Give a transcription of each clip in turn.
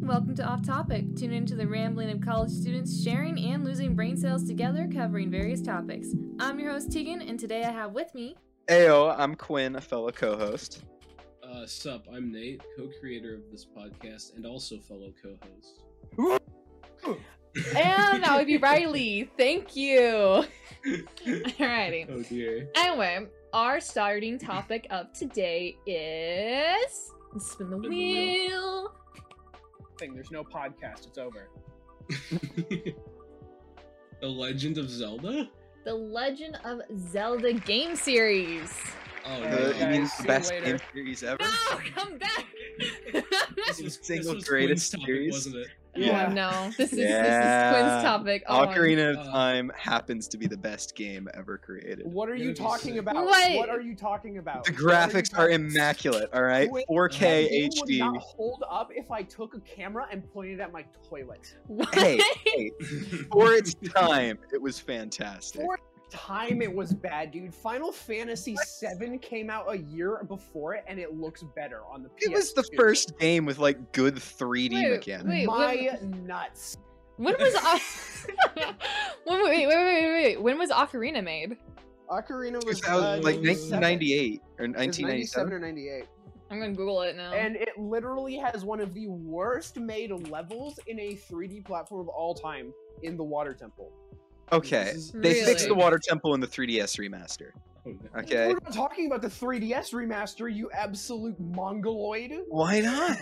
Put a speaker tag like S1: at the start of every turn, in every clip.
S1: welcome to Off Topic. Tune in to the rambling of college students sharing and losing brain cells together, covering various topics. I'm your host, Tegan, and today I have with me.
S2: Ayo, I'm Quinn, a fellow co-host.
S3: Uh, sup, I'm Nate, co-creator of this podcast and also fellow co-host.
S4: And that would be Riley. Thank you. Alrighty.
S3: Oh dear.
S4: Anyway, our starting topic of today is spin the
S3: the
S4: wheel.
S5: thing. There's no podcast. It's over.
S3: the Legend of Zelda?
S4: The Legend of Zelda game series.
S3: Oh
S5: Uh,
S2: Uh,
S3: no.
S2: you
S5: guys,
S2: mean
S5: see you
S2: best
S5: later.
S2: game series ever?
S4: No, come back.
S3: This was,
S2: single
S3: this was
S2: greatest
S3: Quinn's topic,
S2: series.
S3: wasn't it?
S2: Yeah.
S4: Oh no, this is
S2: Yeah.
S4: this is Quinn's topic. Oh,
S2: Ocarina of
S3: Uh,
S2: Time happens to be the best game ever created.
S5: What are you
S3: Dude,
S5: talking
S3: sick.
S5: about?
S4: Wait.
S5: What are you talking about?
S2: The
S5: What are you
S2: graphics are
S5: talking-
S2: immaculate, all right?
S5: Wait,
S3: uh,
S5: That game
S2: 4K
S5: Would not
S2: HD.
S5: hold up if I took a camera and pointed at my toilet.
S4: what?
S2: Hey, hey, for its time, it was fantastic.
S5: For time, it was bad, dude. Final Fantasy VII came out a year before it, and it looks better on the PS.
S2: It was the first game with like good 3D
S4: Wait,
S2: mechanics.
S4: wait.
S5: My
S4: when-
S5: nuts.
S4: When was O- when, wait, wait, wait, wait, wait. When was Ocarina made?
S5: Ocarina was
S2: 2000,
S5: uh,
S2: like
S5: 97.
S2: 1998 or
S5: It was
S2: 1997.
S5: or 98.
S4: I'm gonna Google it now.
S5: and it literally has one of the worst made levels in a 3D platform of all time in the Water Temple.
S2: Okay,
S3: This is-
S2: they fixed the
S4: Really?
S2: Water Temple in the 3DS remaster.
S3: Oh, no.
S2: Okay,
S5: We're not talking about the 3DS remaster, you absolute mongoloid.
S2: why not?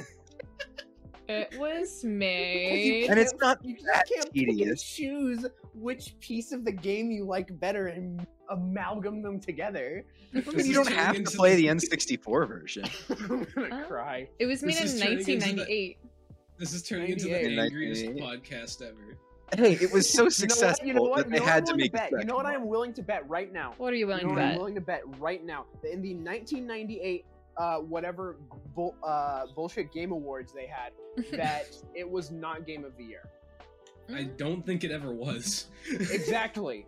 S4: it was
S5: Because you
S4: made.
S2: And it's
S5: can't-
S2: not
S5: you just
S2: that
S5: can't pick and
S2: tedious.
S5: choose which piece of the game you like better and amalgam them together.
S2: I
S3: This
S2: mean, you
S3: is
S2: don't
S3: turning
S2: have to
S3: into
S2: play the N64 version.
S5: I'm gonna
S4: Oh.
S5: cry.
S4: It was made
S3: This is
S4: in
S3: turning into the-
S4: 1998.
S3: This is turning into the
S5: 98.
S3: angriest
S2: 98.
S3: podcast ever.
S2: Hey, it was so
S5: You know what-
S2: successful
S5: You know
S2: that
S5: what?
S2: they
S5: You know what I'm
S2: had to
S5: willing
S2: make a
S5: bet. You know
S2: second
S5: what
S2: one.
S5: I'm willing to bet right now.
S4: What are you
S5: You
S4: willing
S5: know
S4: to
S5: what I'm
S4: bet?
S5: willing to bet right now that in the 1998 uh, whatever bull, uh, bullshit game awards they had that it was not game of the year.
S3: I
S4: Hmm?
S3: don't think it ever was.
S5: Exactly.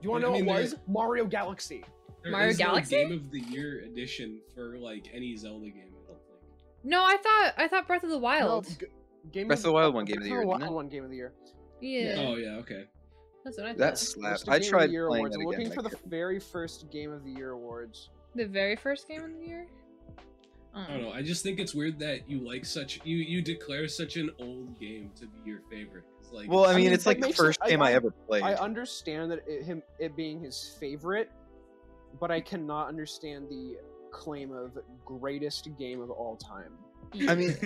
S5: Do you want to
S3: I
S5: know
S3: mean,
S5: what it
S3: there-
S5: was? Mario Galaxy.
S3: There
S4: Mario
S3: is no
S4: Galaxy?
S3: Game of the Year edition for like any Zelda game. I don't think.
S4: No, I thought I thought Breath of the
S5: No,
S4: Wild.
S5: g- game
S2: Breath of the Wild one game of the year,
S5: Breath
S2: didn't it?
S5: Wild one game of the year.
S4: yeah.
S3: Oh yeah, okay.
S4: That's what I thought.
S2: That
S5: List
S2: slapped.
S5: of
S2: I
S5: Game of the
S2: tried
S5: year
S2: playing
S5: awards.
S2: that
S5: I'm
S2: again.
S5: looking
S2: that
S5: for the
S2: year.
S5: very first game of the year awards.
S4: the very first game of the year. Oh.
S3: I don't know. I just think it's weird that you like such you you declare such an old game to be your favorite. It's like
S2: Well, I
S5: I
S2: mean,
S5: mean,
S2: it's
S5: that
S2: like the
S5: makes it-
S2: first
S5: I-
S2: game I
S5: I-
S2: ever played.
S5: I understand that it, him it being his favorite, but I cannot understand the claim of greatest game of all time.
S2: I mean,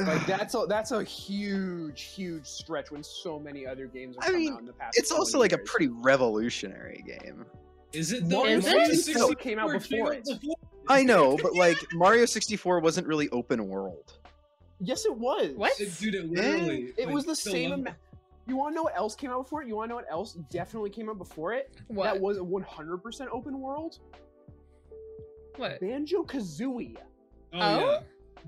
S5: Like that's a that's a huge huge stretch when so many other games are
S2: I
S5: coming
S2: mean,
S5: out in the past.
S2: it's
S5: 20
S2: also like a
S5: years.
S2: pretty revolutionary game.
S3: is it though?
S5: Mario
S4: Is
S3: Mario
S4: it?
S3: 64
S5: came out before it.
S3: before
S2: I know, but like Mario 64 wasn't really open world.
S5: Yes, it was.
S4: What?
S3: It, dude, it literally.
S5: It
S3: like,
S5: was the
S3: still
S5: same.
S3: love
S5: Ama- you want to know what else came out before it? You want to know what else definitely came out before it?
S4: What?
S5: That was 100% open world.
S4: what?
S5: Banjo Kazooie.
S3: it. Oh,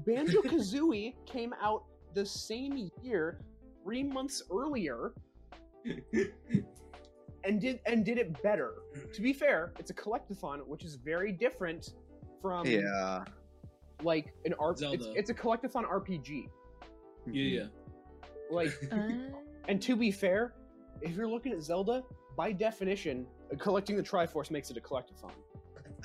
S5: Banjo Kazooie came out the same year, three months earlier,
S3: yeah.
S5: and did and did it better. To be fair, it's a collectathon, which is very different from
S2: Yeah.
S5: like an RPG. It's,
S3: Zelda.
S5: it's a collectathon RPG.
S3: yeah,
S5: Like,
S4: Uh,
S5: and to be fair, if you're looking at Zelda, by definition, uh, collecting the Triforce makes it a collectathon.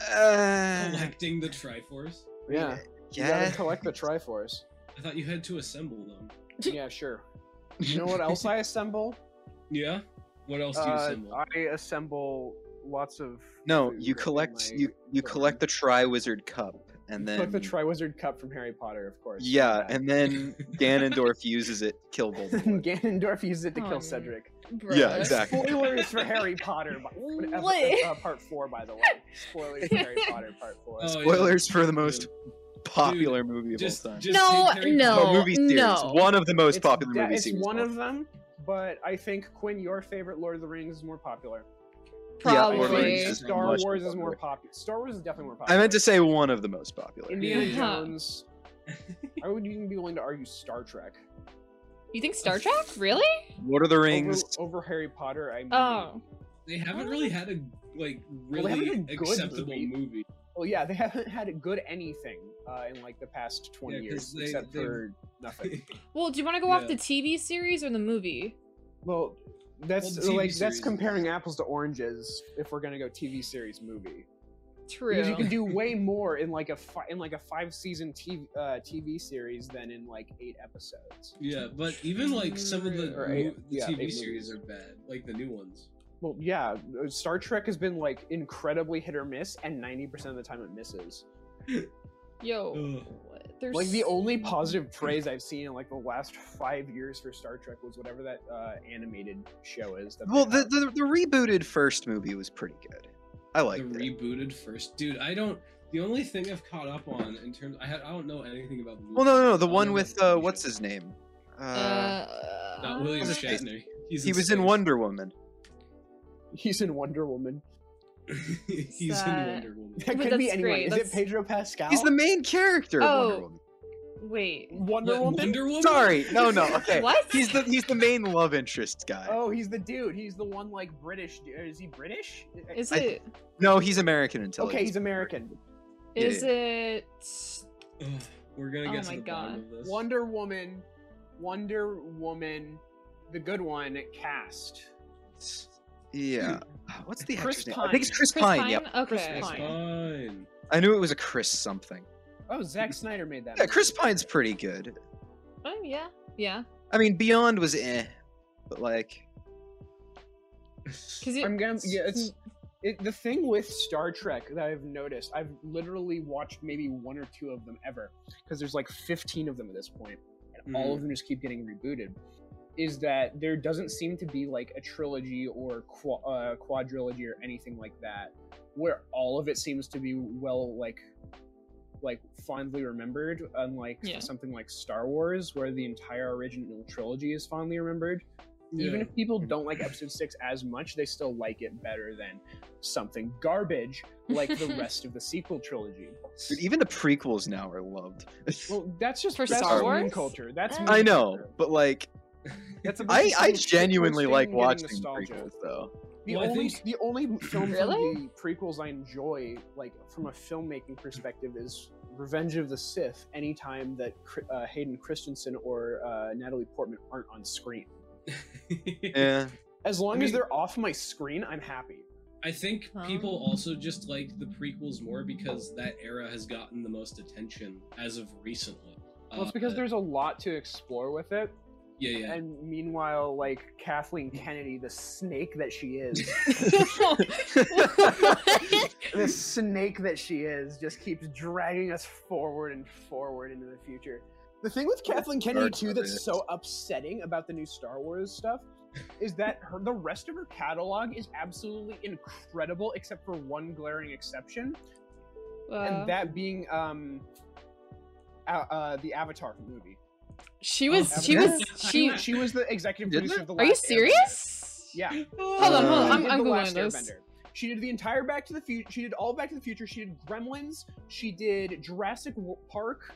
S3: yeah. Oh
S2: Uh,
S3: Collecting the Triforce.
S5: Yeah, you
S2: yeah.
S5: gotta collect the Triforce.
S3: I thought you had to assemble them.
S5: Yeah, sure. You know what else I assemble?
S3: Yeah. What else do you
S5: Uh,
S3: assemble?
S5: I assemble lots of.
S2: No,
S5: food
S2: you
S5: in
S2: collect
S5: my-
S2: you you
S5: book.
S2: collect the Triwizard Cup, and then
S5: collect the Triwizard Cup from Harry Potter, of course.
S2: yeah, and then Ganondorf uses it to kill Voldemort.
S5: Ganondorf uses it to
S4: Oh,
S5: kill
S4: man.
S5: Cedric.
S4: bruh.
S2: Yeah, exactly.
S5: Spoilers for Harry Potter, by- uh,
S4: What?
S5: uh, part four, by the way. Spoilers for Harry Potter, part four.
S3: Oh, yeah.
S2: Spoilers for the most popular movie of
S3: Just,
S2: all time.
S3: just
S4: No,
S3: take Harry
S4: no.
S2: Oh, movie series.
S4: no.
S2: One of the most
S5: It's
S2: popular
S5: de-
S2: movie
S5: It's
S2: series.
S5: one
S2: all
S5: of them, but I think Quinn, your favorite Lord of the Rings is more popular.
S2: Yeah,
S5: I
S2: Lord of the Rings
S4: Probably.
S5: think
S2: is
S5: Star
S2: much
S5: Wars
S2: more
S5: is more
S2: popular.
S5: popular. Star Wars is definitely more
S2: I
S5: popular.
S2: meant to say one of the most popular.
S5: Indiana
S3: Yeah.
S5: Jones. I wouldn't even be willing to argue Star Trek.
S4: You think Star Trek? Really?
S2: Lord of the Rings.
S5: Over, over Harry Potter, I mean.
S4: Oh.
S3: They haven't really had a like
S5: they haven't
S3: really
S5: had a good
S3: acceptable
S5: movie.
S3: movie.
S5: oh, Well, yeah, they haven't had a good anything uh, in like the past 20
S3: Yeah, 'cause
S5: years,
S3: they-
S5: except
S3: they-
S5: for nothing.
S4: Well, do you want to go off
S3: Yeah.
S4: the TV series or the movie?
S5: Well, that's
S3: Well, TV
S5: like that's
S3: series.
S5: comparing apples to oranges. If we're gonna go TV series movie, because
S4: True.
S5: you can do way more in like a fi- in like a five season TV uh, TV series than in like eight episodes.
S3: Yeah, but even like some of the,
S5: Or
S3: mo-
S5: eight-
S3: the
S5: yeah, eight
S3: TV
S5: movies.
S3: series are bad, like the new ones.
S5: Well, yeah, uh, Star Trek has been like incredibly hit or miss, and ninety percent of the time it misses.
S4: Yo,
S3: Ugh.
S4: what? there's
S5: Like the only positive praise I've seen in like the last five years for Star Trek was whatever that uh, animated show is. that they
S2: Well, the,
S5: have.
S2: the the rebooted first movie was pretty good. I
S3: the
S2: liked it.
S3: rebooted first, dude. I don't. The only thing I've caught up on in terms, I had, I don't know anything about. The
S2: Well, no, no, no, the
S3: I
S2: one
S3: don't know
S2: with
S3: about
S2: uh,
S3: the
S2: what's
S3: show.
S2: his name?
S4: uh,
S2: Uh,
S3: Not
S5: uh,
S3: William
S2: What's his face?
S3: Shatner. He's
S2: he was in
S3: space.
S2: Wonder Woman.
S5: he's in Wonder Woman.
S3: He's in
S4: That-
S3: Wonder Woman.
S5: That
S4: But
S5: could
S4: that's
S5: be anyone.
S4: great,
S5: Is
S4: that's-
S5: it Pedro Pascal?
S2: He's the main character of Wonder
S4: Oh.
S2: Woman.
S4: Wait,
S5: Wonder
S3: What,
S5: Woman.
S3: Wonder Woman.
S2: Sorry, no, no, okay.
S4: what?
S2: He's the he's the main love interest guy.
S5: Oh, he's the dude. He's the one like British. du- Is he British?
S4: Is
S2: I-
S4: it?
S2: No, he's American intelligence.
S5: okay, he's American.
S2: Yeah.
S4: Is it?
S3: Ugh, We're gonna
S4: Oh
S3: get to
S4: my
S3: the bottom
S4: God.
S3: of this.
S5: Wonder Woman, Wonder Woman, the good one cast.
S2: Yeah. What's the
S5: Chris
S2: actor's name? I think it's
S5: Pine.
S4: Chris
S2: Chris, Pine.
S4: Pine?
S2: Yep.
S4: Okay.
S5: Chris Pine.
S3: Fine.
S2: I knew it was a Chris something.
S5: Oh, Zack Snyder made that.
S2: Yeah,
S5: movie.
S2: Chris Pine's pretty good.
S4: Oh, yeah, yeah.
S2: I mean, Beyond was eh, but like,
S4: Because
S5: I'm gonna. Yeah, it's it, the thing with Star Trek that I've noticed. I've literally watched maybe one or two of them ever because there's like 15 of them at this point, and all of them just keep getting rebooted. Is that there doesn't seem to be like a trilogy or qu- uh, quadrilogy or anything like that, where all of it seems to be well like like fondly remembered, unlike
S4: Yeah.
S5: something like Star Wars, where the entire original trilogy is fondly remembered even
S3: Yeah.
S5: if people don't like episode six as much, they still like it better than something garbage like the rest of the sequel trilogy.
S2: dude, even the prequels now are loved.
S5: Well, that's just
S4: For
S5: that's
S2: Star
S5: just meme
S4: Wars?
S5: culture. That's
S4: Uh,
S5: meme
S2: I know,
S5: culture.
S2: but like,
S5: That's about
S2: I
S5: the
S2: I
S5: same shit
S2: genuinely
S5: posting
S2: like
S5: and
S2: watching the
S5: nostalgia.
S2: prequels though.
S5: The
S3: Well, I
S5: only
S3: think-
S5: the only film
S4: Really?
S5: the prequels I enjoy, like from a filmmaking perspective, is Revenge of the Sith. Anytime that Cri- uh, Hayden Christensen or uh, Natalie Portman aren't on screen,
S2: Yeah.
S5: as long as
S3: mean-
S5: they're off my screen, I'm happy.
S3: I think people
S4: Um.
S3: also just like the prequels more because that era has gotten the most attention as of recently.
S5: Well, it's because
S3: Uh,
S5: there's a lot to explore with it.
S3: yeah, yeah.
S5: And meanwhile, like Kathleen Kennedy, the snake that she is, the snake that she is, just keeps dragging us forward and forward into the future. The thing with Kathleen Kennedy
S2: Dark
S5: too
S2: Knight.
S5: that's so upsetting about the new Star Wars stuff is that her, the rest of her catalog is absolutely incredible, except for one glaring exception,
S4: Wow.
S5: and that being um, uh, uh, the Avatar movie.
S4: she
S5: Oh,
S4: was. She
S2: Yeah.
S4: was. She.
S5: She was the executive
S2: Didn't
S5: producer of the.
S4: Are you
S5: Last Airbender.
S4: serious?
S5: Yeah.
S4: Hold on, hold
S2: Uh,
S4: on.
S5: She
S4: I'm,
S5: did
S4: I'm
S5: The
S4: googling
S5: Last
S4: this.
S5: Airbender. She did the entire Back to the Future. She did all Back to the Future. She did Gremlins. She did Jurassic Wo- Park.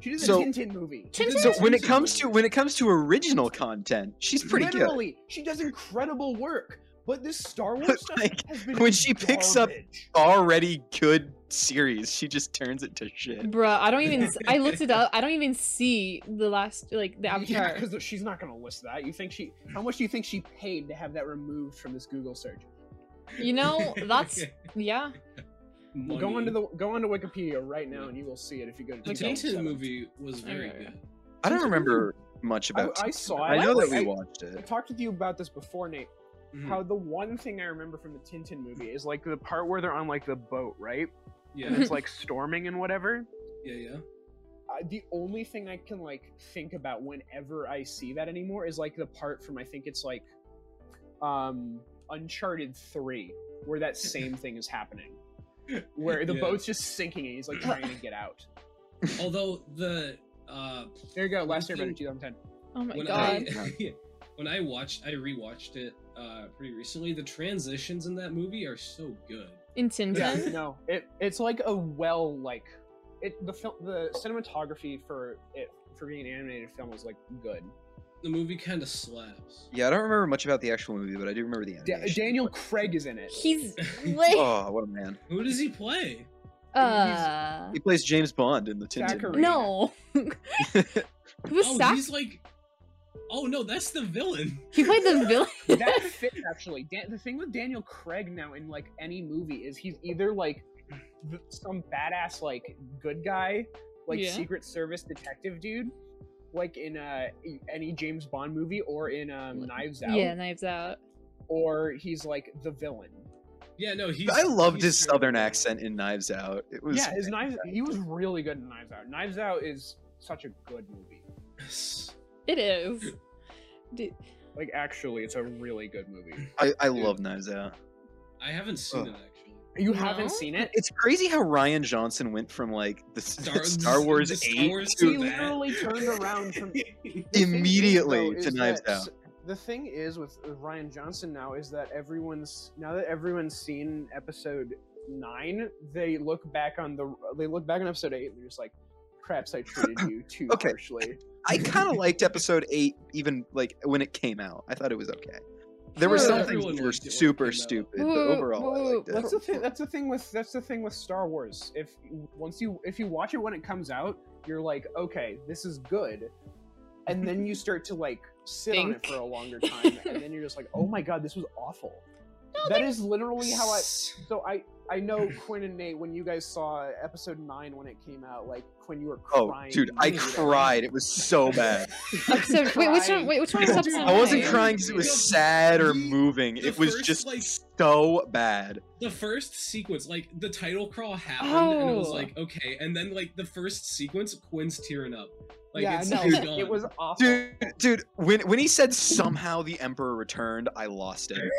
S5: She did the
S2: So-
S5: Tintin movie.
S2: so when it comes to when it comes to original content, she's pretty good.
S5: Literally, she does incredible work. But this Star Wars stuff
S2: like,
S5: has been
S2: when she picks up-
S5: garbage.
S2: Already good series, she just turns it to shit.
S4: Bruh, I don't even. s- I looked it up. I don't even see the last like the avatar.
S5: because she's not going to list that. You think she? How much do you think she paid to have that removed from this Google search?
S4: You know, that's- yeah.
S3: Money.
S5: Go onto the go onto Wikipedia right now, and you will see it if you go to
S3: The
S5: 2007.
S3: Tintin movie was very
S4: Alright.
S3: good.
S2: I don't remember much
S5: Mm-hmm. I,
S2: about.
S5: I
S2: Tintin.
S5: saw it.
S2: I know that
S5: I-
S2: we watched
S5: I
S2: it.
S5: talked with you about this before, Nate.
S3: Mhm.
S5: how the one thing I remember from the Tintin movie is like the part where they're on like the boat, right? And
S3: Yeah,
S5: it's like storming and whatever.
S3: yeah, yeah.
S5: Uh, the only thing I can like think about whenever I see that anymore is like the part from I think it's like um Uncharted 3 where that same thing is happening. Where the
S3: Yeah.
S5: boat's just sinking and he's like trying to get out.
S3: Although the uh,
S5: There you go, last
S3: One
S5: year
S3: thing-
S5: 2010.
S4: Oh my
S3: when
S4: god.
S3: I when I watched, I rewatched it uh, pretty recently. The transitions in that movie are so good.
S4: In Tintin.
S5: Yeah, no. It it's like a well like it the film the cinematography for it for being an animated film was like good.
S3: The movie kind of slaps.
S2: Yeah, I don't remember much about the actual movie, but I do remember the
S5: Da-
S2: animation.
S5: Daniel Craig is in it.
S4: He's like.
S2: Oh, what a man!
S3: Who does he play?
S4: uh.
S6: uh,
S2: He plays James Bond in the Tintin.
S5: Zachary.
S2: movie.
S4: No.
S6: Who was
S3: oh,
S6: Sax?
S3: he's like, oh no, that's the villain.
S6: He played the villain.
S5: that fits actually. Dan- the thing with Daniel Craig now in like any movie is he's either like th- some badass like good guy, like
S6: Yeah.
S5: Secret Service detective dude, like in uh, e- any James Bond movie or in um,
S6: Like-
S5: Knives Out,
S6: yeah, Knives Out.
S5: or he's like the villain.
S3: Yeah, no, he's.
S2: I loved
S3: he's
S2: his
S3: very-
S2: southern accent in Knives Out. It was
S5: yeah, his knives. He was really good in Knives Out. Knives Out is such a good movie.
S6: It is. Dude,
S5: Like actually, it's a really good movie.
S2: I, I love Knives Out.
S3: I haven't seen
S2: Oh.
S3: it actually.
S5: You
S6: No?
S5: haven't seen it?
S2: It's crazy how Ryan Johnson went from like the Star,
S3: Star,
S2: Star Wars
S3: the Star
S2: eight
S3: Wars
S5: He
S2: to
S3: to that.
S5: literally turned around from The thing is,
S2: immediately
S5: though,
S2: to
S5: is
S2: Knives
S5: that
S2: Out.
S5: s- The thing is with with Ryan Johnson now is that everyone's now that everyone's seen episode nine, they look back on the they look back on episode eight and they're just like, "Perhaps I treated you too
S2: Okay.
S5: harshly."
S2: I kind of liked episode eight, even like when it came out. I thought it was okay. There were
S6: Sure.
S2: some things
S3: Everyone
S2: that were
S3: liked it when it came
S2: super
S3: out.
S2: stupid,
S6: Whoa,
S2: but
S6: whoa,
S2: overall,
S6: whoa,
S2: I liked it.
S5: That's the thing. That's the thing with that's the thing with Star Wars. If once you if you watch it when it comes out, you're like, "Okay, this is good," and then you start to like sit on it
S6: Think.
S5: for a longer time, and then you're just like, "Oh my god, this was awful." that is literally how I So I I know Quinn and Nate when you guys saw episode nine when it came out, like Quinn, you were
S2: Oh,
S5: crying.
S2: dude, I
S5: You were
S2: cried. It was so bad.
S6: episode. Wait, which one?
S5: crying.
S6: Wait, which one was
S5: Dude,
S6: episode?
S2: I wasn't
S6: nine?
S2: crying because it
S3: The-
S2: was sad or
S3: the-
S2: moving.
S3: the
S2: It was
S3: first,
S2: just
S3: like-
S2: so bad.
S3: the first sequence, like the title crawl happened, and it was
S6: Oh.
S3: like okay, and then like the first sequence, Quinn's tearing up. Like
S5: yeah,
S3: it's
S5: no,
S3: he's
S5: it,
S3: gone.
S5: it was awful.
S2: Dude, dude, when when he said somehow the emperor returned, I lost it.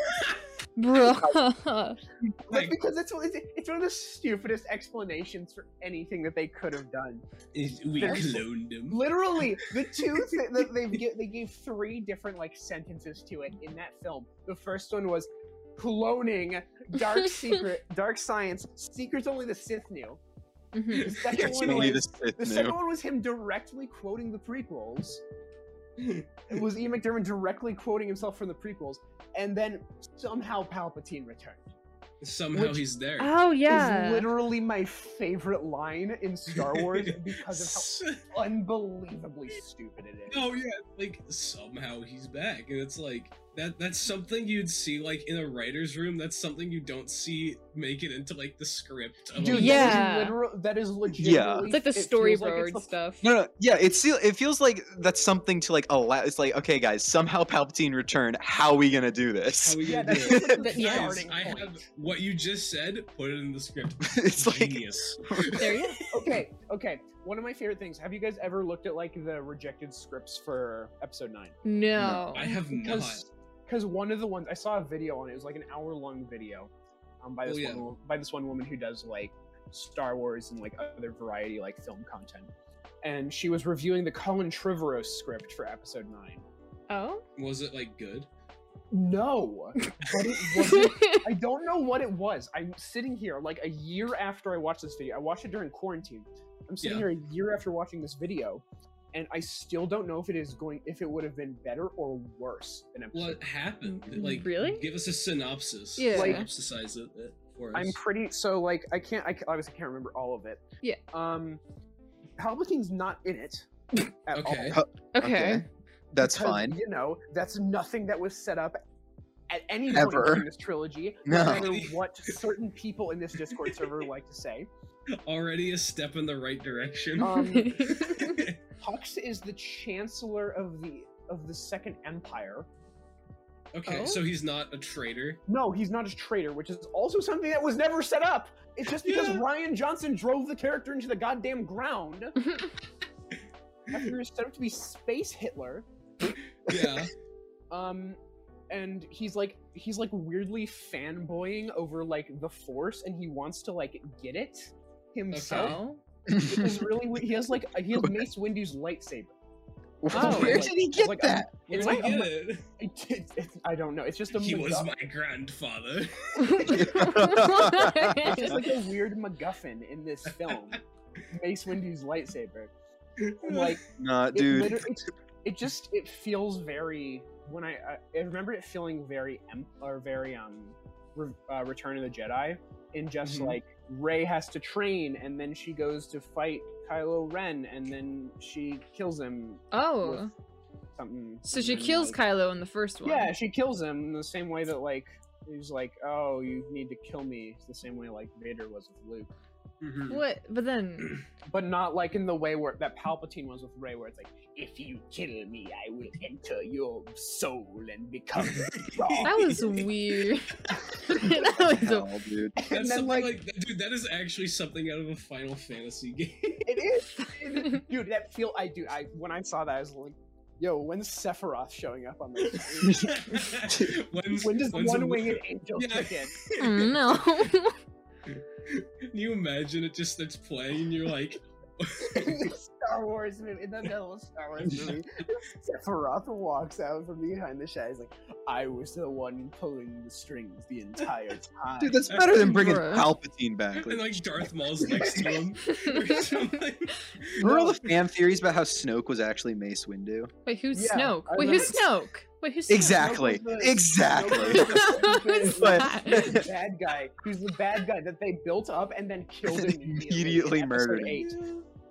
S6: Bruh.
S5: like,
S3: like-
S5: because it's, one- it's it's one of the stupidest explanations for anything that they could have done.
S3: It- we
S5: there's-
S3: cloned him.
S5: Literally, the two th- that they they gave three different like sentences to it in that film. The first one was cloning, dark secret, dark science, secrets only the Sith knew.
S6: Mhm.
S5: The second
S2: It's
S5: one
S2: only
S5: was,
S2: the Sith
S5: The
S2: knew.
S5: second one was him directly quoting the prequels. It was Ian McDermott directly quoting himself from the prequels, and then somehow Palpatine returned.
S3: Somehow
S5: Which-
S3: he's there.
S6: Oh yeah.
S5: Is literally my favorite line in Star Wars because
S3: S-
S5: of how unbelievably stupid it is.
S3: oh yeah, like somehow he's back, and it's like that. That's something you'd see like in a writer's room. That's something you don't see make it into like the script. of a
S5: Dude,
S3: movie.
S6: Yeah.
S5: that is literal. That is legit.
S6: it's like the storyboard stuff.
S2: No, no, yeah, it's feel- it feels like that's something to like allow. It's like okay, guys, somehow Palpatine returned. How we gonna do
S3: How
S2: this?
S3: we
S5: Yeah,
S3: gonna do
S5: that's
S2: it.
S5: just like the
S6: But yeah.
S5: starting
S3: Guys, I
S5: point.
S3: have what you just said. Put it in the script.
S2: it's like
S3: Genius.
S6: there you go.
S5: Okay, okay. One of my favorite things. Have you guys ever looked at like the rejected scripts for Episode Nine?
S6: No.
S3: I have not.
S5: because because one of the ones I saw a video on it, it was like an hour long video, um, by
S3: Oh,
S5: this
S3: yeah.
S5: one wo- by this one woman who does like Star Wars and like other variety like film content, and she was reviewing the Colin Trevorrow script for Episode Nine.
S6: Oh.
S3: Was it like good?
S5: No, but it wasn't. I don't know what it was. I'm sitting here like a year after I watched this video. I watched it during quarantine. I'm sitting
S3: Yeah.
S5: here a year after watching this video, and I still don't know if it is going if it would have been better or worse than Episode
S3: What happened? Like
S6: Really?
S3: Give us a synopsis.
S6: Yeah.
S5: Like-
S3: Synopsisize it uh, for us.
S5: I'm pretty so like I can't I obviously can't remember all of it.
S6: Yeah.
S5: Um Palpatine's not in it at
S3: Okay.
S5: all.
S6: Okay.
S2: that's
S5: because,
S2: fine.
S5: You know, that's nothing that was set up at any
S2: Ever.
S5: point in this trilogy,
S2: No.
S5: matter what certain people in this Discord server like to say.
S3: Already a step in the right direction.
S5: Um Hux is the chancellor of the of the Second Empire.
S3: okay,
S6: Oh?
S3: so he's not a traitor.
S5: No, he's not a traitor, which is also something that was never set up. It's just because
S3: Yeah.
S5: Ryan Johnson drove the character into the goddamn ground. after he was set up to be Space Hitler.
S3: Yeah.
S5: Um, and he's like he's like weirdly fanboying over like the Force, and he wants to like get it himself.
S6: Oh.
S5: Which is really we- he has like he has Mace Windu's lightsaber.
S6: Oh.
S2: Where did he get
S5: Like, I'm-
S2: that?
S3: Where
S5: It's
S3: did
S5: like
S3: he
S5: a-
S3: get it?
S5: It's, it's, it's- I don't know. It's just a
S3: He was
S5: MacGuff-
S3: my grandfather.
S5: it's just like a weird MacGuffin in this film. Mace Windu's lightsaber. And, like
S2: Nah,
S5: it
S2: dude.
S5: liter- it's, it just it feels very when I, I I remember it feeling very em- or very um re, uh, Return of the Jedi in just
S6: Mm-hmm.
S3: Mhm.
S5: like Ray has to train, and then she goes to fight Kylo Ren, and then she kills him.
S6: Oh.
S5: with something.
S6: so she
S5: and then,
S6: kills
S5: like-
S6: Kylo in the first one.
S5: Yeah, she kills him in the same way that like he's like, "Oh, you need to kill me." It's the same way like Vader was with Luke,
S3: Mhm.
S6: What? But then,
S5: but not like in the way where that Palpatine was with Ray, where it's like, "If you kill me, I will enter your soul and become." God."
S6: that was weird. that was a-
S2: Hell, dude.
S3: That's
S5: and then
S3: something
S5: like,
S3: like, dude, that is actually something out of a Final Fantasy game.
S5: it is, it is- dude. That feel I do. I when I saw that, I was like, "Yo, when's Sephiroth showing up on this?"
S3: When's-
S5: when does
S3: when's a
S5: one winged
S3: wo-
S5: angel
S3: Yeah.
S5: kick in?
S6: oh, no.
S3: Can you imagine it just starts playing and you're like,
S5: in the Star Wars movie, in the middle of Star Wars movie, Sephiroth walks out from behind the shadows like, I was the one pulling the strings the entire time.
S2: Dude, that's better than bringing
S6: Bruh.
S2: Palpatine back.
S3: and
S2: Like,
S3: like Darth Maul's next to him or something.
S2: remember all the fan theories about how Snoke was actually Mace Windu?
S6: Wait, who's
S5: Yeah,
S6: Snoke?
S5: I
S6: Wait,
S5: remember-
S6: who's Snoke? Wait, who's Snoke?
S2: Exactly.
S5: was the-
S2: Exactly.
S6: Who's
S2: But-
S5: He's the
S6: that?
S5: bad guy. He's the bad guy that they built up and then killed
S2: They
S5: immediately.
S2: immediately
S5: in episode
S2: murdered him.
S5: eight.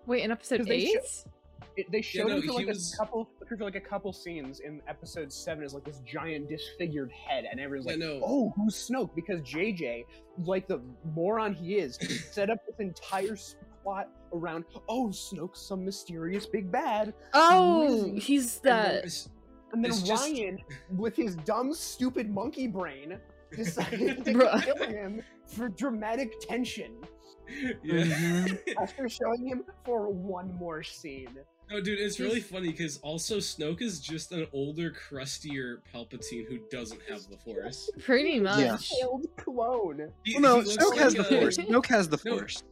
S6: Wait, in episode
S5: 'Cause they
S6: eight?
S5: show- It- they showed
S3: no,
S5: him for
S3: he
S5: like
S3: was-
S5: a couple for like a couple scenes in episode seven is like this giant disfigured head, and everyone's
S3: I
S5: like,
S3: know.
S5: "Oh, who's Snoke?" Because JJ, like the moron he is, set up this entire s- plot around, "Oh, Snoke's some mysterious big bad,"
S6: oh,
S5: Lizzie
S6: he's
S5: then-
S6: the.
S3: It's-
S5: and then
S3: It's just-
S5: Ryan, with his dumb, stupid monkey brain, decided to
S6: Bruh.
S5: kill him for dramatic tension
S3: yeah.
S6: Mm-hmm.
S5: after showing him for one more scene.
S3: No, dude, it's really
S6: He's-
S3: funny because also Snoke is just an older, crustier Palpatine who doesn't have the Force.
S6: Pretty much.
S2: Yeah.
S5: Failed clone.
S3: He-
S2: Well, no,
S3: he looks
S2: Snoke has the
S3: like a-
S2: Force. Snoke has the
S3: No.
S2: Force.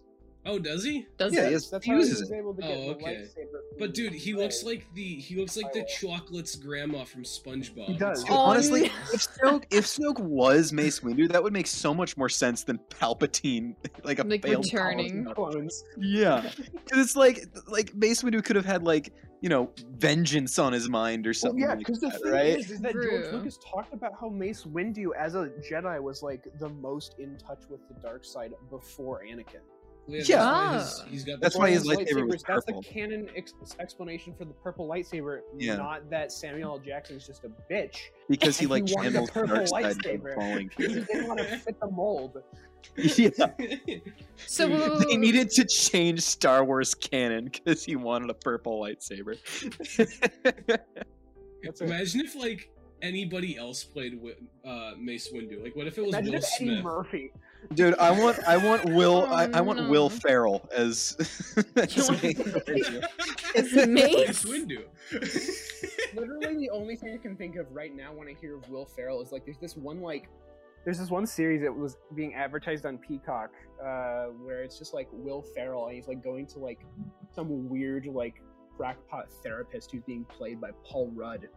S3: Oh, does he?
S6: Does it?
S2: Yeah, he
S5: That's-
S2: has-
S5: that's
S2: he
S5: how
S2: uses
S5: was
S2: it.
S5: able to get
S3: Oh,
S5: the
S3: okay.
S5: lightsaber from
S3: But dude, he looks
S5: Rey.
S3: like the he looks like the
S5: Kylo.
S3: chocolate's grandma from SpongeBob.
S5: He does.
S3: It's
S2: Dude,
S6: Oh,
S2: honestly,
S6: no.
S2: if Snoke if Snoke was Mace Windu, that would make so much more sense than Palpatine, like a
S6: Like,
S2: failed
S6: returning.
S2: Palpatine.
S5: clones.
S2: Yeah, 'Cause it's like like Mace Windu could have had like you know vengeance on his mind or
S5: Well,
S2: something.
S5: yeah,
S2: like
S5: because the
S2: that,
S5: thing
S2: right?
S5: is, is that George
S6: True.
S5: Lucas talked about how Mace Windu, as a Jedi, was like the most in touch with the dark side before Anakin.
S3: Yeah, that's
S2: Yeah.
S3: why his- he's got the
S2: That's why his
S5: Orange
S2: lightsaber was
S5: lightsabers, That's
S2: purple.
S5: the canon ex- explanation for the purple lightsaber.
S2: Yeah.
S5: Not that Samuel L. Jackson's just a bitch.
S2: because he
S5: and
S2: like
S5: he wanted a
S2: channels the dark
S5: purple
S2: side from
S5: lightsaber.
S2: falling.
S5: He didn't want to fit the mold.
S2: yeah.
S6: So, wait, wait,
S2: They
S6: wait,
S2: needed to change Star Wars canon because he wanted a purple lightsaber.
S5: That's it.
S3: Imagine if like anybody else played with, uh, Mace Windu. Like, what if it was
S5: Imagine
S3: Will
S5: if Eddie
S3: Smith?
S5: Murphy.
S2: Dude, I want I want Will I, I
S6: Oh,
S2: want Will
S6: no.
S2: Ferrell as, as
S6: want-
S2: Mace Windu.
S6: It's
S3: Mace
S6: Mace.
S3: Windu.
S5: Literally, the only thing I can think of right now when I hear of Will Ferrell is like, there's this one like, there's this one series that was being advertised on Peacock, uh, where it's just like Will Ferrell and he's like going to like some weird like crackpot therapist who's being played by Paul Rudd.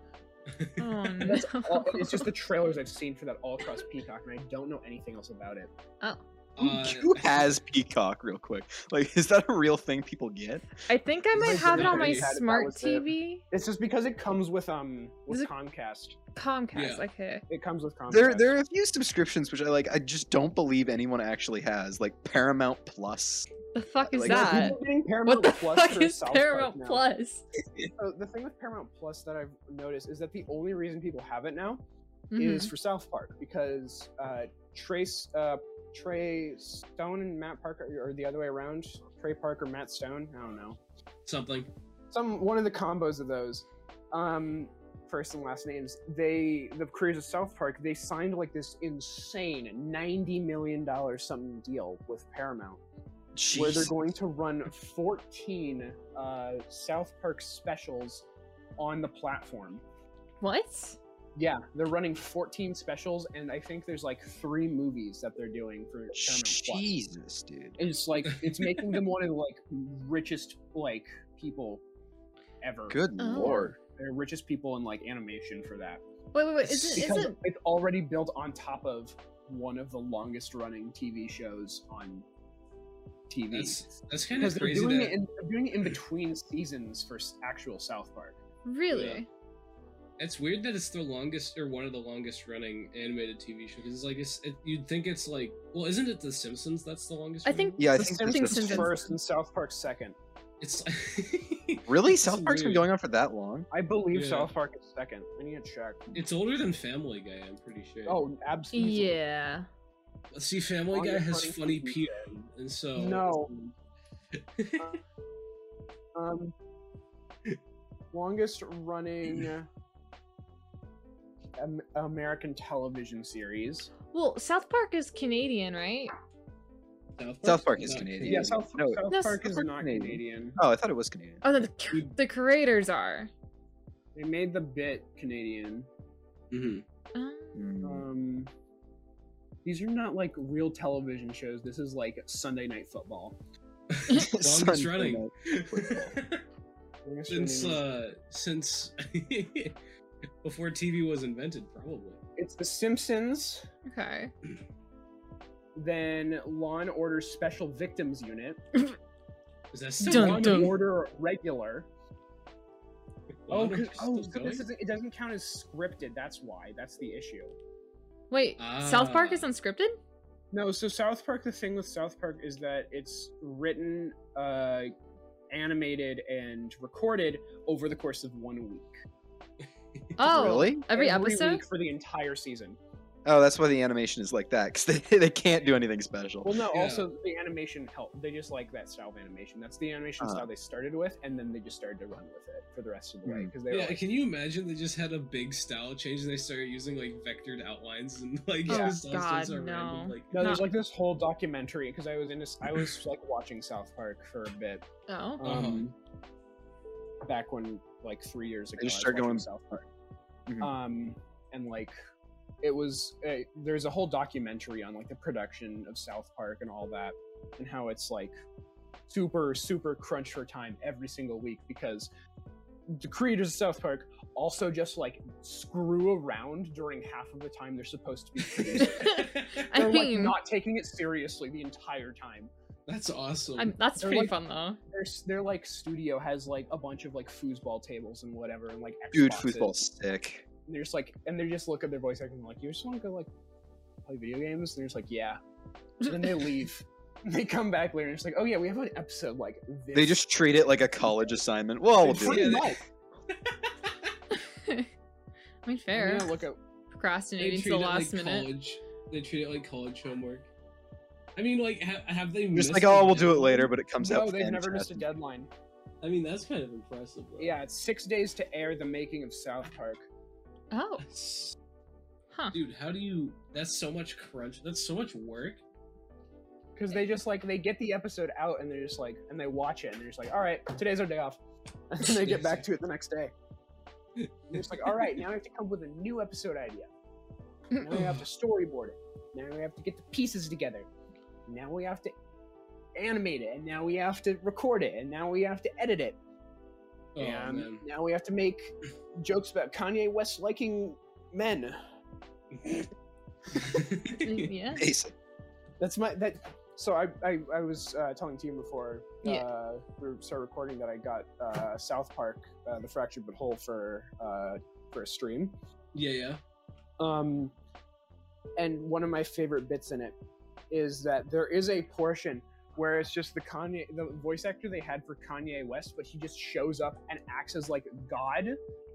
S6: Oh, no.
S5: That's all, it's just the trailers I've seen for that all across Peacock, and I don't know anything else about it. Um,
S3: Uh,
S2: Who has Peacock real quick? Like is that a real thing people get?
S6: I think I might
S3: Like,
S6: have it on my
S3: they had it,
S5: that
S6: smart
S5: was it.
S6: TV.
S5: It's just because it comes with um with
S6: Is it-
S5: Comcast.
S6: Comcast,
S3: Yeah.
S6: okay.
S5: It comes with Comcast.
S2: There there are a few subscriptions which I like I just don't believe anyone actually has, like Paramount Plus.
S6: The fuck is
S2: Like,
S5: Yeah, people
S6: that?
S5: are getting Paramount
S6: What the
S5: Plus
S6: fuck
S5: for
S6: is
S5: South Park
S6: Paramount
S5: now.
S6: Plus?
S5: So the thing with Paramount Plus that I've noticed is that the only reason people have it now
S6: Mhm.
S5: is for South Park because uh, Trace uh, Trey Stone and Matt Parker, or the other way around, Trey Parker, Matt Stone. I don't know.
S3: something.
S5: Some one of the combos of those, um, first and last names. They the creators of South Park they signed like this insane ninety million dollar something deal with Paramount where they're
S2: Jeez.
S5: going to run 14 uh, South Park specials on the platform.
S6: What?
S5: Yeah, they're running 14 specials, and I think there's like three movies that they're doing for Paramount Plus.
S2: Jesus, dude.
S5: It's like it's making them one of the like richest like people ever.
S2: Good
S6: Oh.
S2: lord.
S5: They're richest people in like animation for that.
S6: Wait, wait, wait. Is it, is
S5: because
S6: it
S5: it's already built on top of one of the longest running TV shows on TV.
S3: That's that's kind
S5: because
S3: of
S5: they're
S3: crazy.
S5: doing,
S3: that-
S5: it in, they're doing it in between seasons for s- actual South Park.
S6: really?
S3: It's weird that it's the longest or one of the longest running animated TV shows. 'cause It's like it's, it, you'd think it's like well, isn't it The Simpsons? That's the longest.
S6: I
S3: running?
S6: think
S2: Yeah, I
S5: The
S2: think that's
S6: Simpsons
S2: the-
S5: Simpsons
S6: Simpsons.
S5: first and South Park second.
S3: it's
S2: really
S3: it's
S2: South Park's been
S3: weird.
S2: going on for that long.
S5: I believe
S3: Yeah.
S5: South Park is second. I need to check.
S3: It's older than Family Guy. I'm pretty sure.
S5: Oh, absolutely.
S6: Yeah.
S3: let's see. Family Guy
S5: Longer
S3: has
S5: running
S3: funny
S5: TV
S3: people, and so
S5: No. Um, longest running Am- American television series.
S6: Well, South Park is Canadian, right?
S2: South Park is
S3: not
S2: Canadian.
S5: Yeah,
S2: Yeah,
S5: South,
S2: no,
S5: South
S6: no,
S2: South
S5: Park is
S2: Park's
S5: not
S2: Canadian.
S5: Canadian.
S2: Oh, I thought it was Canadian.
S6: Oh, the the creators are.
S5: They made the bit Canadian.
S3: Mhm.
S6: Uh,
S3: Hmm.
S2: Mm.
S5: Um, these are not like real television shows. This is like Sunday Night Football.
S2: Sunday
S3: longest running.
S2: night football.
S5: Longest
S3: since
S5: running-
S3: uh since before TV was invented, probably.
S5: it's The Simpsons,
S6: okay.
S5: then Law and Order Special Victims Unit,
S3: Is that still
S6: Dun,
S5: Law
S3: going?
S5: and
S6: dun.
S5: Order Regular.
S3: Law
S5: Oh,
S3: and
S5: 'cause-
S3: Order's still
S5: oh, so this
S3: going?
S5: isn't, it doesn't count as scripted. That's why. That's the issue.
S6: Wait, South Park is
S3: Ah.
S6: unscripted?
S5: No, so South Park. The thing with South Park is that it's written, uh, animated, and recorded over the course of one week.
S6: Oh,
S2: Really?
S6: Every,
S5: week
S6: episode?
S5: for the entire season.
S2: Oh, that's why the animation is like that because they, they can't do anything special.
S5: Well, no.
S3: Yeah.
S5: Also, the animation helped. They just like that style of animation. That's the animation
S3: Uh.
S2: Uh-huh.
S5: style they started with, and then they just started to run with it for the rest of the way
S2: Hmm.
S5: because they were
S3: Mm. Yeah,
S5: like,
S3: can you imagine they just had a big style change and they started using like vectored outlines and like
S6: Oh,
S3: just all sorts
S6: God,
S3: of random,
S6: no.
S3: like
S5: no, there's
S6: not-
S5: like this whole documentary because I was in. I was like watching South Park for a bit.
S6: Oh.
S3: uh-huh.
S5: um, back when like three years ago.
S2: just
S5: I was
S2: start
S5: watching
S2: going-
S5: South Park.
S2: Mhm.
S5: Um, and like it was uh, there's a whole documentary on like the production of South Park and all that, and how it's like super super crunch for time every single week because the creators of South Park also just like screw around during half of the time they're supposed to be producing.
S6: I
S5: They're like
S6: mean,
S5: not taking it seriously the entire time.
S3: That's awesome.
S6: I'm, that's
S5: they're
S6: pretty
S5: like-
S6: fun though.
S5: Their s- their like studio has like a bunch of like foosball tables and whatever and like
S2: Dude,
S5: Xboxes.
S2: football's sick.
S5: And they're just like, and they just look at their voice acting like, you just want to go like play video games, and they're just like, yeah. And then they leave. And they come back later, and it's like, oh yeah, we have an episode like this.
S2: They just treat it like a college assignment. Well, we'll do
S5: pretty
S2: it.
S3: Yeah,
S5: much.
S6: I mean,
S5: I'm
S6: fair.
S5: gonna look at
S6: Procrastinating to the last
S3: like
S6: minute.
S3: college. They treat it like college homework. I mean, like, ha- have they
S2: Just
S3: missed
S2: like,
S3: the
S2: oh, we'll do it
S3: deadline?
S2: later, but it comes out.
S5: no, they've never missed a
S2: fantastic.
S5: deadline.
S3: I mean, that's kind of impressive. Though.
S5: Yeah, it's six days to air the making of South Park.
S6: Oh,
S3: That's-
S6: huh.
S3: dude, how do you? That's so much crunch. That's so much work.
S5: Because they just like they get the episode out and they're just like and they watch it and they're just like, all right, today's our day off. And they get back to it the next day. And it's like, all right, now we have to come up with a new episode idea. Now we have to storyboard it. Now we have to get the pieces together. Now we have to animate it, and now we have to record it, and now we have to edit it.
S3: Oh,
S5: and
S3: man.
S5: now we have to make jokes about Kanye West liking men.
S6: yeah.
S2: Basic.
S5: That's my that. So I I, I was uh, telling team before uh,
S6: Yeah.
S5: we started recording that I got uh, South Park, uh, the fractured but whole for uh, for a stream.
S3: yeah, yeah.
S5: Um, and one of my favorite bits in it is that there is a portion where it's just the Kanye, the voice actor they had for Kanye West, but he just shows up and acts as like God,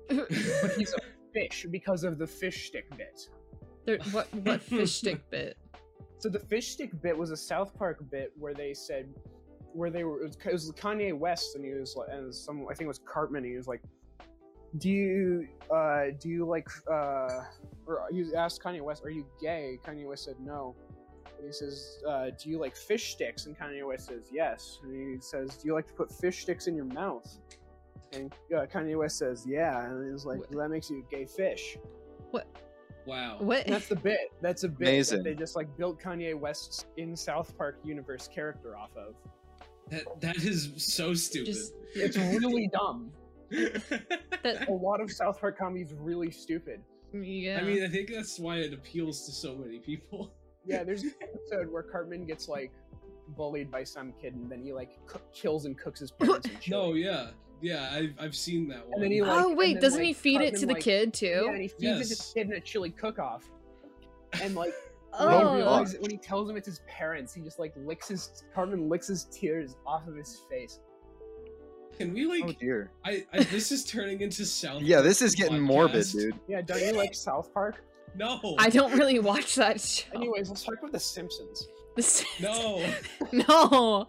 S5: but he's a fish because of the fish stick bit.
S6: There- what what fish stick bit?
S5: So the fish stick bit was a South Park bit where they said, where they were, it was Kanye West, and he was like, and some, I think it was Cartman, he was like, do you, uh, do you like, uh, or he asked Kanye West, are you gay? Kanye West said no. And he says, uh, do you like fish sticks? And Kanye West says yes. And he says, do you like to put fish sticks in your mouth? And uh, Kanye West says, yeah. And he was like,
S6: What?
S5: well, that makes you a gay fish.
S3: Wow.
S6: What?
S5: And that's the bit. That's a bit
S2: Amazing.
S5: that they just like built Kanye West's in South Park universe character off of.
S3: That that is so stupid.
S6: Just-
S5: It's really dumb.
S6: That-
S5: A lot of South Park comedy is really stupid.
S6: yeah.
S3: I mean, I think that's why it appeals to so many people.
S5: Yeah, there's an episode where Cartman gets like bullied by some kid, and then he like cook, kills and cooks his parents. and
S3: No,
S5: chili.
S3: Oh, yeah, Yeah, I've I've seen that one.
S5: And then he like,
S6: oh
S5: and
S6: wait,
S5: then,
S6: doesn't
S5: like,
S6: he feed it
S5: Cartman,
S6: to the
S5: like-
S6: kid
S5: Yeah,
S6: too?
S5: and he feeds it
S3: Yes.
S5: to kid in a chili cook-off, and like when he
S4: Oh,
S5: realizes it, when he tells him it's his parents, he just like licks his Carmen licks his tears off of his face.
S3: Can we like?
S2: Oh dear.
S3: I, I this is turning into South.
S2: Yeah,
S3: Park
S2: this is getting morbid,
S3: podcast.
S2: dude.
S5: Yeah, don't you like South Park?
S3: No,
S6: I don't really watch that show.
S5: Anyways, let's talk about The Simpsons.
S6: This-
S3: No,
S6: no.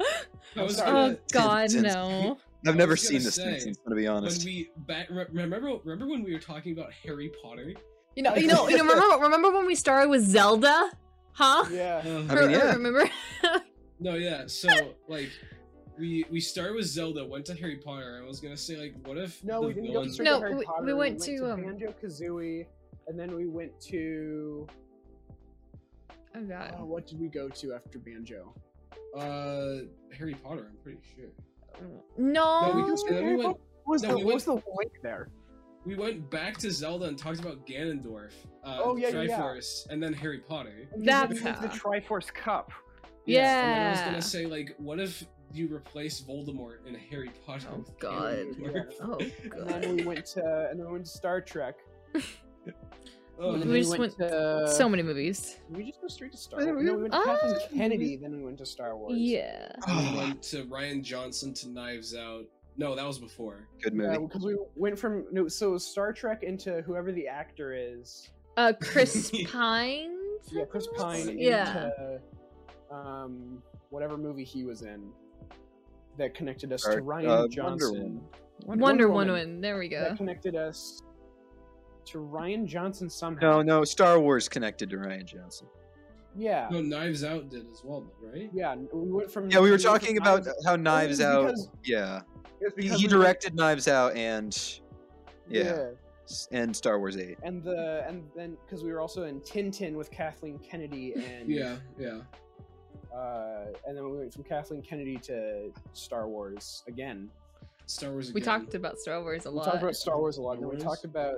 S3: I was
S5: sorry.
S6: Oh
S3: gonna,
S6: God,
S2: Simpsons.
S6: no.
S2: I've
S3: was
S2: never
S3: gonna
S2: seen this
S3: say,
S2: Simpsons, to be
S3: when
S2: honest.
S3: we back, re- remember remember when we were talking about Harry Potter?
S6: You know, you know, you know. Remember, remember when we started with Zelda? Huh?
S5: Yeah.
S2: I
S3: Uh,
S2: mean,
S6: Re-
S2: yeah.
S6: Remember?
S3: no, yeah. So like, we we started with Zelda, went to Harry Potter. I was gonna say like, what if
S5: No,
S3: the
S5: we didn't go
S3: villain-
S5: straight
S6: No,
S5: to Harry
S6: we- we
S5: Potter.
S6: went to, um,
S5: Banjo Kazooie, and then we went to.
S6: Oh God.
S5: Oh, what did we go to after Banjo?
S3: uh Harry Potter. I'm pretty sure
S6: No.
S3: No, we can
S5: Oh,
S3: skip
S5: Harry
S3: everyone.
S5: Potter? What was,
S3: No,
S5: the,
S3: we
S5: what was the link there?
S3: we went back to Zelda and talked about Ganondorf. Uh,
S5: Oh, yeah, yeah, yeah.
S3: Triforce, and then Harry Potter.
S6: That's
S5: It was the
S6: how.
S5: Triforce Cup.
S3: And then I was
S6: Yeah.
S3: gonna say like, what if you replace Voldemort in Harry Potter?
S6: Oh,
S3: with
S6: God.
S3: Ganondorf?
S6: Oh
S5: And then
S6: God.
S5: we went to, and then we went to Star Trek.
S3: Oh,
S5: and
S6: We
S5: then
S3: no.
S6: just went
S5: to,
S6: So many movies.
S5: Did we just go straight to Star
S2: Wait,
S5: Wars?
S2: we
S5: No,
S2: went-
S5: we went to Kathleen
S6: Ah!
S5: Kennedy, then we went to Star Wars.
S6: Yeah.
S3: We
S2: Oh,
S3: went to Ryan Johnson to Knives Out. No, that was before.
S2: good movie.
S5: Because Uh, we went from no, so it was Star Trek into whoever the actor is.
S6: Uh, Chris Pine.
S5: Yeah, Chris
S6: something like
S5: Pine. uh,
S6: that? Yeah.
S5: Into, um, whatever movie he was in that connected us
S2: Or,
S5: to Ryan
S2: uh, Wonder
S5: Johnson.
S2: Woman.
S6: Wonder, Woman. There we
S5: That
S6: go.
S5: connected us to Ryan Johnson somehow.
S2: No, no, Star Wars connected to Ryan Johnson.
S5: Yeah.
S3: No, Knives Out did as well, though, right?
S5: Yeah. We went from.
S2: Yeah, we were
S5: went from
S2: talking about
S5: Mm, Knives-
S2: how Knives
S5: it
S2: Out.
S5: was
S2: Yeah,
S5: it was
S2: he
S5: because
S2: he
S5: we went-
S2: directed Knives Out and yeah. and Star Wars Eight.
S5: and the and then because we were also in Tintin with Kathleen Kennedy and
S3: Yeah, yeah.
S5: uh, and then we went from Kathleen Kennedy to Star Wars again.
S3: Star Wars. Again.
S6: We talked about Star Wars a
S5: We
S6: lot.
S5: talked about Star Wars a lot. And then we
S3: Wars?
S5: talked about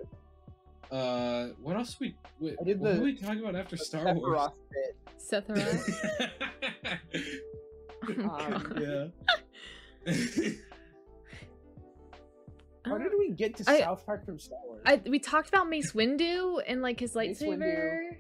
S3: Uh, what else we? Wait,
S5: I did
S3: what
S5: the-
S3: were we talking about after Star Wars?
S5: Sephiroth bit.
S6: Seth Rogen.
S5: Um,
S3: yeah.
S5: How did we get to
S6: Uh, I-
S5: South Park from Star Wars?
S6: I, we talked about Mace Windu and like his
S5: Mace Windu.
S6: lightsaber.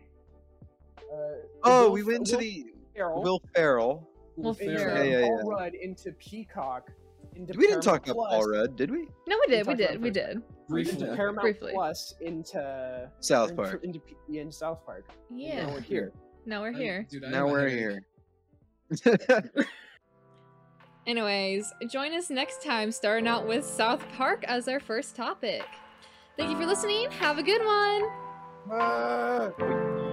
S5: Uh,
S2: Oh,
S5: Will
S2: we
S5: F-
S2: went to
S5: Will
S2: the
S5: Ferrell
S2: Will Ferrell.
S3: Will
S6: Ferrell.
S5: into
S2: Yeah, yeah, yeah.
S5: Paul Rudd into Peacock. Into
S2: We didn't talk about
S5: Paramount
S2: Paul
S5: Plus,
S2: Rudd, did we?
S6: No, we
S5: We
S6: did. We
S5: talked about
S6: did. We
S5: it
S6: did.
S3: Briefly.
S5: Into Paramount
S6: Briefly.
S5: Plus into
S2: South
S5: into-
S2: Park.
S5: into, P- yeah, into South Park. And
S6: Yeah.
S5: now we're here.
S6: Now we're
S3: I-
S6: here.
S3: dude, I have
S2: Now
S3: a
S2: we're here.
S3: headache.
S6: Anyways, join us next time starting out with South Park as our first topic. Thank you for listening. Have a good one.
S5: Ah!
S2: We-